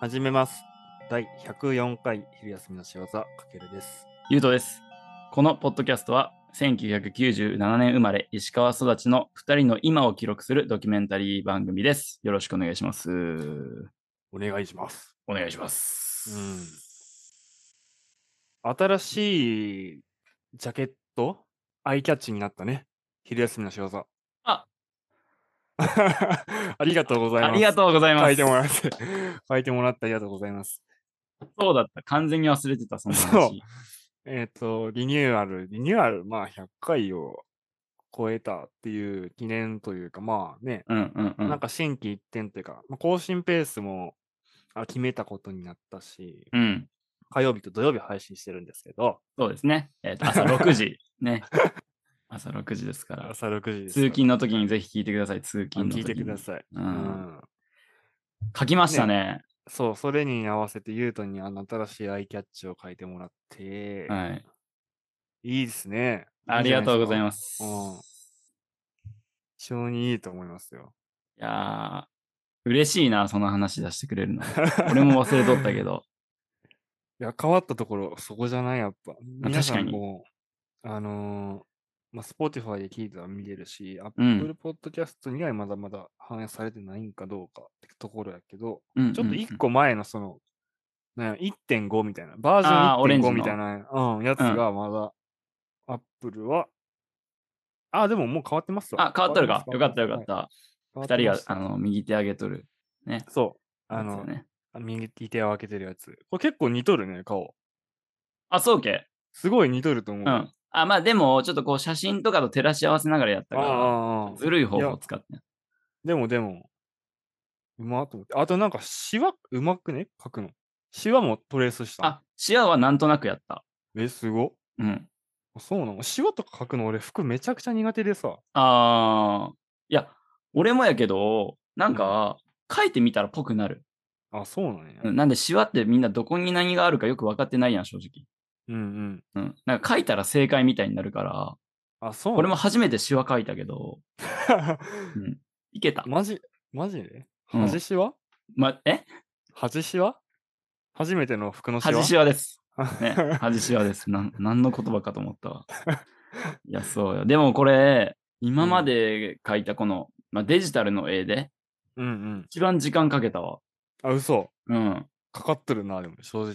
始めます。第104回昼休みの仕業かけるです。ゆうとです。このポッドキャストは、1997年生まれ、石川育ちの2人の今を記録するドキュメンタリー番組です。よろしくお願いします。お願いします。お願いします。うん新しいジャケットアイキャッチになったね。昼休みの仕業。あ ありがとうございます。ありがうとうございます。書いてもらって、書いてもらってありがとうございます。そうだった。完全に忘れてた、その話。そうえっ、と、リニューアル、リニューアル、まあ100回を超えたっていう記念というか、まあね、うんうんうん。なんか新規一点というか、まあ、更新ペースもあ決めたことになったし、うん。火曜日と土曜日配信してるんですけど、そうですね。えーと朝6時。 ね。朝6時ですから。朝6時ですから。通勤の時にぜひ聞いてください。通勤の聞時にいてください。うう。んん。書きましたね。そう、それに合わせて、ゆうとにあの新しいアイキャッチを書いてもらって、はい。い、いですね。ありがとうございす。ます。うん非常にいいと思いますよ。いやー、嬉しいな、その話出してくれるの。俺も忘れとった けど。いや、変わったところ、そこじゃない、やっぱ。皆さ確んかにもう、あのーまあ、Spotify で聞いたら見れるし、ん Apple Podcast にはまだまだ反映されてないんかどうかってところやけど、うんちょっとうんうん1個前のその、なんや1.5みたいな、バージあーオレョンンジ1.5のみたいな、うん、やつがまだ、Apple は、あ、でももう変わってますわ。あ、変わっとるか。よかったよかっ変た。わ二ってます。人が、ああの、右手上げとる。そう、あやつよの、ね。右手を開けてるやつ。これ結構似とるね、顔。あ、そうけ。すごい似とると思う。うん。あ、まあでも、ちょっとこう、写真とかと照らし合わせながらやったかああら、ずるい方いや法を使って。でもでも、うまっと思って。あとなんか、シワ、うまくね書くの。シワもトレースしたの。あ、シアはなんとなくやった。え、すごっ。うん。あそうなのシワとか書くの俺、服めちゃくちゃ苦手でさ。あー、いや、俺もやけど、なんか、書いてみたらぽくなる。あ、そうなんや。うんなんで、シワってみんなどこに何があるかよく分かってないやん、正直。うんうん。うん。なんか書いたら正解みたいになるから、あ、そうな俺も初めてシワ書いたけど、のうん、いけ た。マジ、マジでうん恥シワま、え恥シワ初めての服のシワ、恥シワです。ね 恥シワです。なん、何の言葉かと思ったわ。いや、そうよ。でもこれ、今まで書いたこの、まあ、デジタルの絵で、うんうん。一番時間かけたわ。あ、嘘。うん。かかってるな、でも、正直。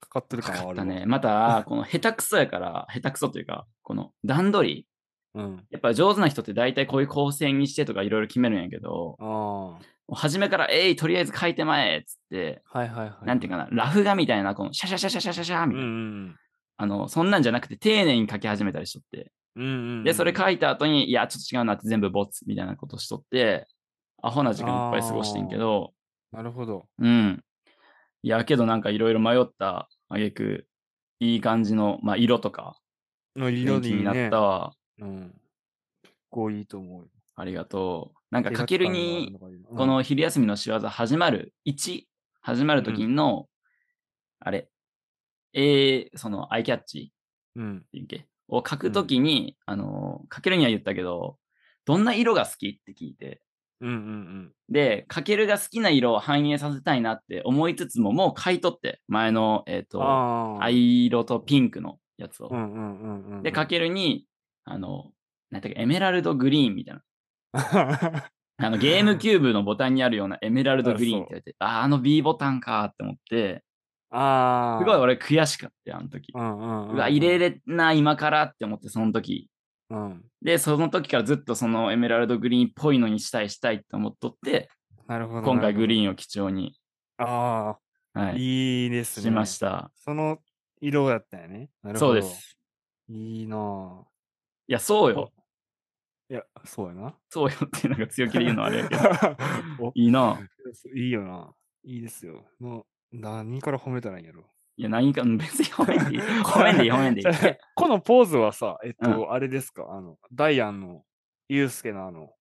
かかってるか感はかあっるわたね。。また、この下手くそやから、下手くそというか、この段取り。うん。やっぱ上手な人って大体こういう構成にしてとかいろいろ決めるんやけど、あ初めから、えい、とりあえず書いてまえっつって、あ。はいはいはい。なんていうか。かな、ラフ画みたいな、このシャシャシャシャシャシャシャうみんたういな、んあの、そんなんじゃなくて丁寧に書き始めたりしとって。うん。うんうんうん。で、それ書いた後に、いや、ちょっと違うなって全部ボツみたいなことしとって、アホな時間いっぱい過ごしてんけど、なるほど。うん。いや、けどなんかいろいろ迷った挙句いい感じの、まあ、色とか、の色元で気いいになねっ。たわ。うん。結構いいと思うよ。ありがとう。なんか、かけるに、ここ、の昼休みの仕業始まる1、始まる時の、あれ、えー、その、アイキャッチうんっ。ていうっけを書くときに、あのー、書けるには言ったけど、どんな色が好きって聞いて、うんうんで、かけるが好きな色を反映させたいなって思いつつも、もう買い取って、前の、えっ、うん。と、ああ。藍色とピンクのやつを。うんうんうんうん。で、 かけるに、あの、なんていうか、エメラルドグリーンみたいな。あ の、ゲームキューブのボタンにあるようなエメラルドグリーンって言われて、あー、あの B ボタンかーって思って、ああ。すごい俺悔しかったよ、あの時。うんうんんん。うわ、入れれんな、今からって思って、その時。うん。で、その時からずっとそのエメラルドグリーンっぽいのにしたいしたいって思っとって、なるほど。今回グーン。リーンを基調に、あはあ、い、いいですね。しました。その色だったよね。なるほど。そうで。す。いいなぁ。いや、そうよ。いや、そうやな。そうよってなんか強気で言うのはあれやけど。 おいいな。いいよな。いいですよ。もう、何から褒めたらいいんやろ。いや、何か、別に褒めんでいい。褒めん でいい、褒めんでいい。じゃあこのポーズはさ、えっと、うあれですか、あの、ダイアンの、ユうスケのあの、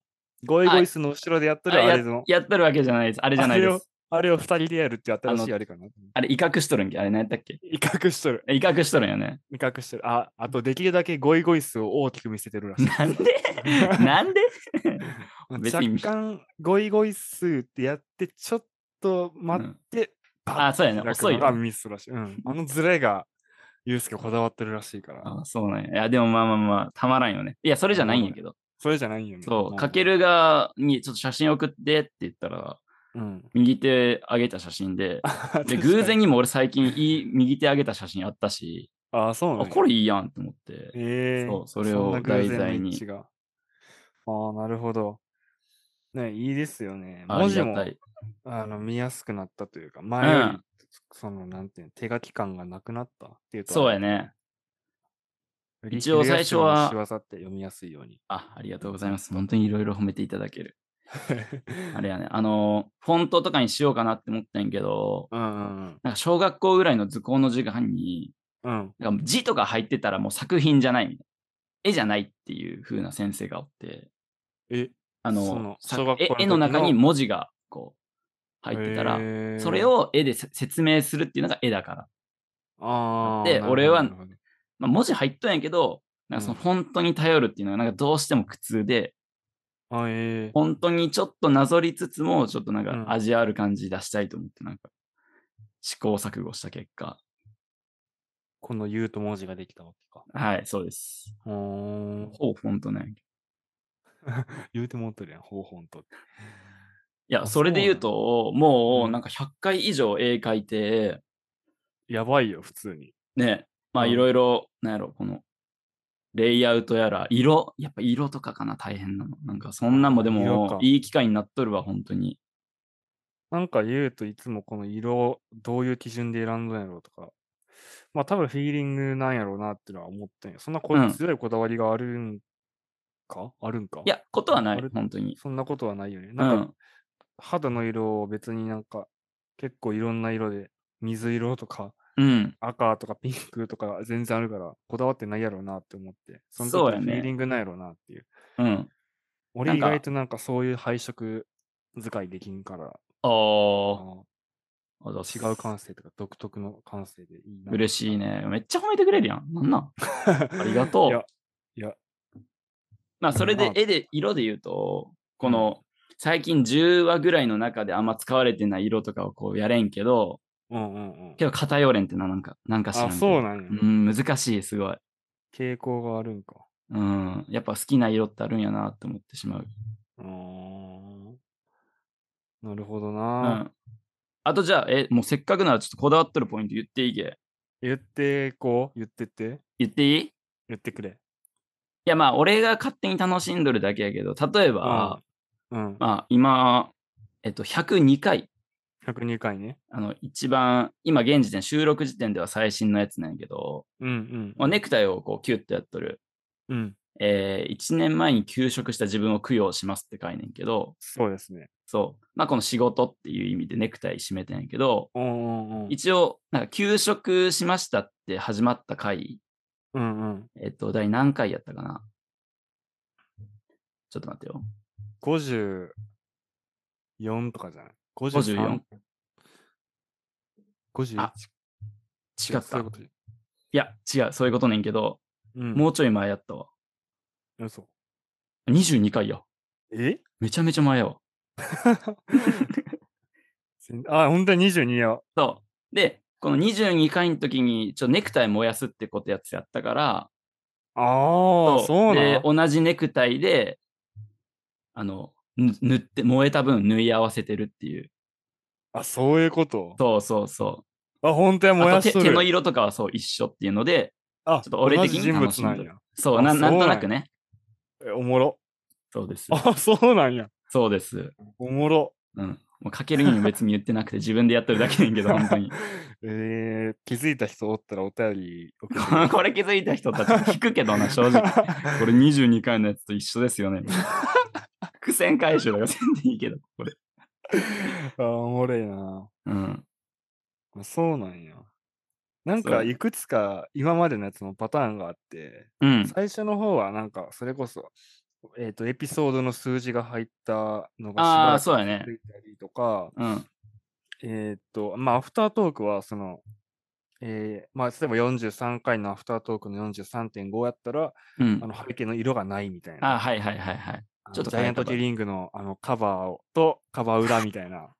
ゴイゴイスの後ろでやっとるああれの、やっとるわけじゃないです。あれじゃないです。あれを二人でやるって新しいあれかな。あれ、威嚇しとるんけあれ何やったっけ威嚇しとる。威嚇しとるんよね。威嚇しとる。あ、あと、できるだけゴイゴイスを大きく見せてるらしい。なんで なんで別若に干、ゴイゴイスってやって、ちょっと待って、バッあ、そうやね。開く遅いのがよ。ミスらしい。うん。あのズレが、ユうスケこだわってるらしいから。あそうなんや。いや、でもまあまあまあ、たまらんよね。いや、それじゃないんやけど。それじゃないよね。そう、かかける。るがにちょっと写真送ってって言ったら、うん。右手上げた写真で、で、偶然に。にも俺最近いい右手上げた写真あったし、あ、そうなあんやこれいいやんと思って。ええそうそれをんな偶然の題材に一致がああ、なるほど。ね、いいですよね。あ文り字がもたい。あの見やすくなったというか、前より、うんその、なんていうの手書き感がなくなったっていうと、そうやね。より一応最初は昼休みの仕業って読みやすいように。 あ、ありがとうございます。本当にいろいろ褒めていただける。あれやね。あの、フォントとかにしようかなって思ったんやけど、うんうんなんか小学校ぐらいの図工の時間に、うん。うん。なんか字とか入ってたらもう作品じゃないみたいな。絵じゃないっていう風な先生がおって、え、あそのの、さ小学校の絵時の絵の中に文字がこう入ってたら、へーそれ、を絵でせ説明するっていうのが絵だから。あーでなるほど俺はなるほどまあ、文字入っとんやけど、なんかそうのんフォントに頼るっていうのがなんかどうしても苦痛で、あ、えー、本当にちょっとなぞりつつも、ちょっとなんうかん味ある感じ出したいと思って、なんか試行錯誤した結果。この言うと文字ができたわけか。はい、そうです。うーん。ほぼフォントね。言うてもっとるやん、方法と。いや、あそれで言うと、もううんなんか100回以上絵描いて、やばいよ、普通に。ね、まあうんいろいろ、なんやろ、この、レイアウトやら、色、やっぱ色とかかな、大変なの。なんかそんなんもで色かも、いい機会になっとるわ、本当に。なんか言うといつもこの色をどういう基準で選んだんやろうとか、まあ多分フィーリングなんやろうなってのは思ってんよそんなこうん強いこだわりがあるんか、あるんかいや、ことはなあいれ、本当に。そんなことはないよね。うなんかん。肌の色を別になんか結構いろんな色で、水色とかうん。赤とかピンクとか全然あるから、こだわってないやろうなって思って、その時そうはやフねィーリングなんやろうなっていう。うん。俺なん意か外となんかそういう配色使いできんから、ああーのあざっす違う感性とか独特の感性でいいな。嬉し いね。めっちゃ褒めてくれるやん。なんなんありがとういや、いやまあ、それまであ絵で、色で言うと、この、最近10話ぐらいの中であんま使われてない色とかをこうやれんけど、うんうんうん。けど偏れんってな、なんか、なんか知らんあ、けどそうなんや。うん、難しい、すごい。傾向があるんか。うん、やっぱ好きな色ってあるんやなって思ってしまう。うーん。なるほどうな、ん。あとじゃあ、え、もうせっかくならちょっとこだわっとるポイント言っていいけ。言ってこう、言ってって、言っていいい言ってくれ。や、まあ、俺が勝手に楽しんどるだけやけど、例えば、うん。まあ、今、えっと、102回、 102回ね。あの、一番、今現時点、収録時点では最新のやつなんやけど、うんうん。まあ、ネクタイをこう、キュッとやっとる。うん。えー、1年前に休職した自分を供養しますって書いねんけど、そうですね。そう。まあ、この仕事っていう意味でネクタイ締めてんやけど、うんうんうん。一応、なんか、休職しましたって始まった回、うんうん。えっと、第何回やったかなちょっと待ってよ。 54とかじゃない ?53 54。 51あ違そった。ういいうことじや、違う、そういうことねんけど、ゃんうん。もうちょい前やったわ。う、嘘。 22回や。えめちゃめちゃ前やわ。せんあ、本当に22や。そう。で、この22回の時に、ちょ、ネクタイ燃やすってことやつやったから、ああ、そうなで、の同じネクタイで、あの、ぬ塗って、燃えた分縫い合わせてるっていう。あ、そういうことそうそうそう。あ、本当や、燃やあとし手とる。手の色とかはそう一緒っていうので、あ、ちょっと俺的同にじ人楽物しんなどんるや。そうあな、なんそうなとんやなくね。えおもろ。そうです。あ、そうなんや。そうです。おもろ。うん。もうかけるにも別に言ってなくて自分でやってるだけやねんけど、 本当に。えー、気づいた人おったらお便り送ってくこのこれ気づいた人たち聞くけどな、 正直。これ22回のやつと一緒ですよね。 伏線回収とかせんでいいけど、これ。れ あ、おもろいな。うん。あそうなんや。なんそか、ういくつか今までのやつもパターンがあって、うん。最初の方はなんか、それこそ、えっ、と、エピソードの数字が入ったのがしばあらあ、くそうやね続。いたりとか、うん。えーっと、まあ、アフタートークは、その、えーまあ、例えば43回のアフタートークの43.5やったら、うあん。の背景の色がないみたいあーな。はいはいはいはい。あのちょっとジャ変えイアンたト場合 キリングのあのカバーをとカバー裏みたいな。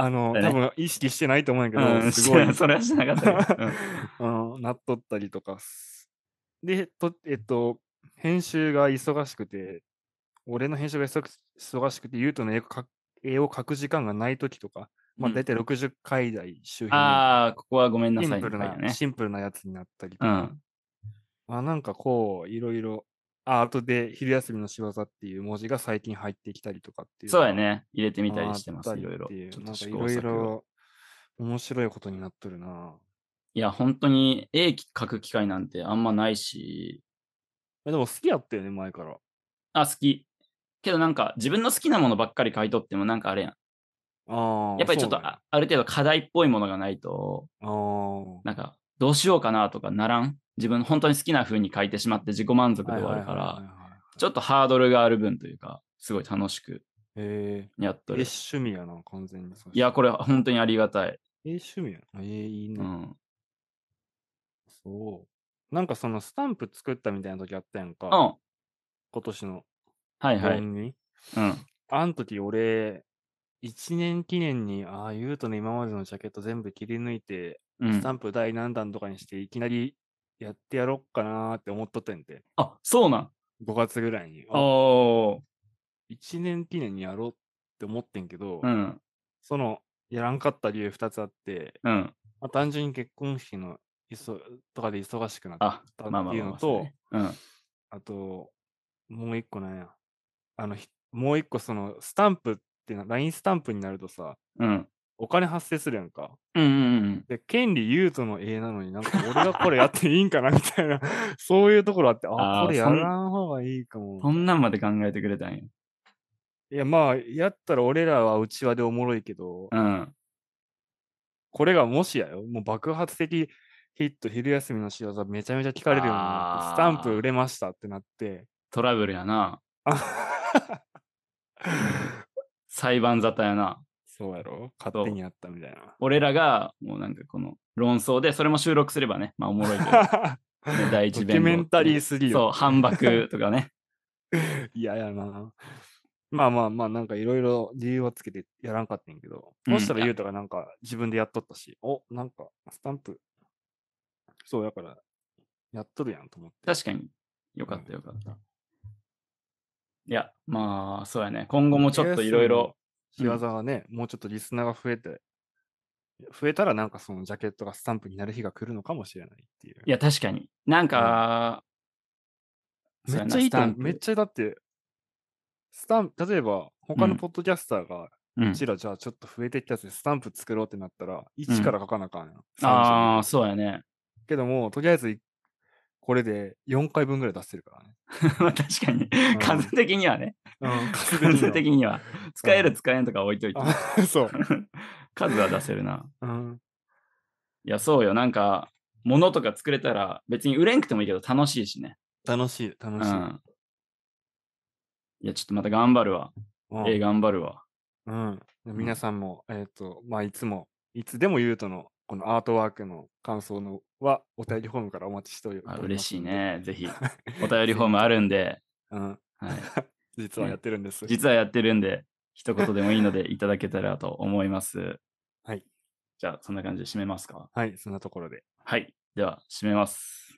あの、だね多分意識してないと思うんやけうど、ん、、すごい それはしなかったけど。うん、なっとったりとかす。で、とえっと、編集が忙しくて、俺の編集が忙し忙しくて、ゆうとの絵を描く絵を描く時間がないときとか、 まあ、大体体60回台周辺のああ、ここはごめんなシさンいプみルたいなな、ね。シンプルなやつになったりとうか、ん。まあ、なんかこう、いろいろ、あ、あとで昼休みの仕業っていう文字が最近入ってきたりとかっていう。そうやね。入れてみたりしてまあっす、たいりろいろ。ってうちょっなんとか試い行ろい錯誤。ろ面白いことになっとるな。いや、本当に絵描く機会なんてあんまないし、えでも好きやったよね、前から。あ、好き。けどなんか自分の好きなものばっかり買い取ってもなんかあれやん。ああ。やっぱりちょっとそうねあある程度課題っぽいものがないと、あーなんかどうしようかなとかならん。自分本当に好きな風に書いてしまって自己満足で終わるかはいはいはいら、はいはいちょっとハードルがある分というか、すごい楽しくえやっー、えとる。趣味やな、完全に。いや、これは本当にありがたい。れ。え趣味やな。えー、いいうね、ん。そう。なんかそのスタンプ作ったみたいな時あったやんか。うん。は今年のいはい。う盆ん。に。あん時俺、1年記念に、ああ、ゆうとの今までのジャケット全部切り抜いて、うスんタ、ンプ第何弾とかにして、いきなりやってやろっかなーって思っとってんで、あ、そうなん。 5月ぐらいに。おお1年記念にやろうって思ってんけど、ー。うん。その、やらんかった理由2つあって、うん。まあ、単純に結婚式のいそとかで忙しくなったっあ、てまあまあまあいうまのと、あ。そうねあと、もう一個なんや。あの、ひもう一個その、スタンプってな、LINE スタンプになるとさ、うん。うん。お金発生するやんか。うんうんうん。で、権利ユートの絵なのになんか俺がこれやっていいんかなみたいな、 そういうところあって、あ、あーこれやそんらん方がいいかも。そんなんまで考えてくれたんや。いや、まあ、やったら俺らはうちわでおもろいけど、うん。これがもしやよ、もう爆発的ヒット、昼休みの仕業めちゃめちゃ聞かれるようになって、スタンプあー売れましたってな って、トラブルやな。あ裁判沙汰やな。そうやろ勝手にやったみたいな。俺らが、もうなんかこの論争で、それも収録すればね、まあおもろいけどね、第一ド弁キュメンタリーすすぎそう、よ。反 駁とかね。嫌ややな。まあまあまあ、なんかいろいろ理由をつけてやらんかったんやけど、うんそしたらゆうたがなんか自分でやっとったし、お、なんかスタンプ、そうやから、やっとるやんと思って。確かに。よかったよかった。いや、まあ、そうやね。今後もちょっといろいろ。仕業がね、もうちょっとリスナーが増えて、増えたらなんかそのジャケットがスタンプになる日が来るのかもしれないっていう。いや、確かに。なんか、そうめやっなちゃいいスとタ思ンう。プめっちゃだって、スタンプ、例えば他うのんポッドキャスターが、うんうちらじゃあちょっと増えてきたやつでスタンプ作ろうってなったら、1から書かなあかんやん。30ああ、そうやね。 けども、とりあえずいこれで4回分ぐらい出してるからね。まあ確かに。数的にはね。 うん、数数的には。使えうる使えんとか置いといて。あ そう。 数は出せるな。うん、いや、そうよ。なんか、物とか作れたら、別に売れんくてもいいけど楽しいしね。楽しい、楽うしい。ん。いや、ちょっとまた頑張るわ。うんええ、頑張るわ。うん、皆さんも、えっ、と、まあ、いつも、いつでもゆうとの、このアートワークの感想のは、お便りフォームからお待ちしておりあます。嬉しい。ね。ぜひ。おり便りフォームあるんで、 うん、はい、実はやってるんです。実はやってるんで、一言でもいいのでいただけたらと思います。はい。じゃあ、そんな感じで締めますか。はい、そんなところで。はい。では、締めます。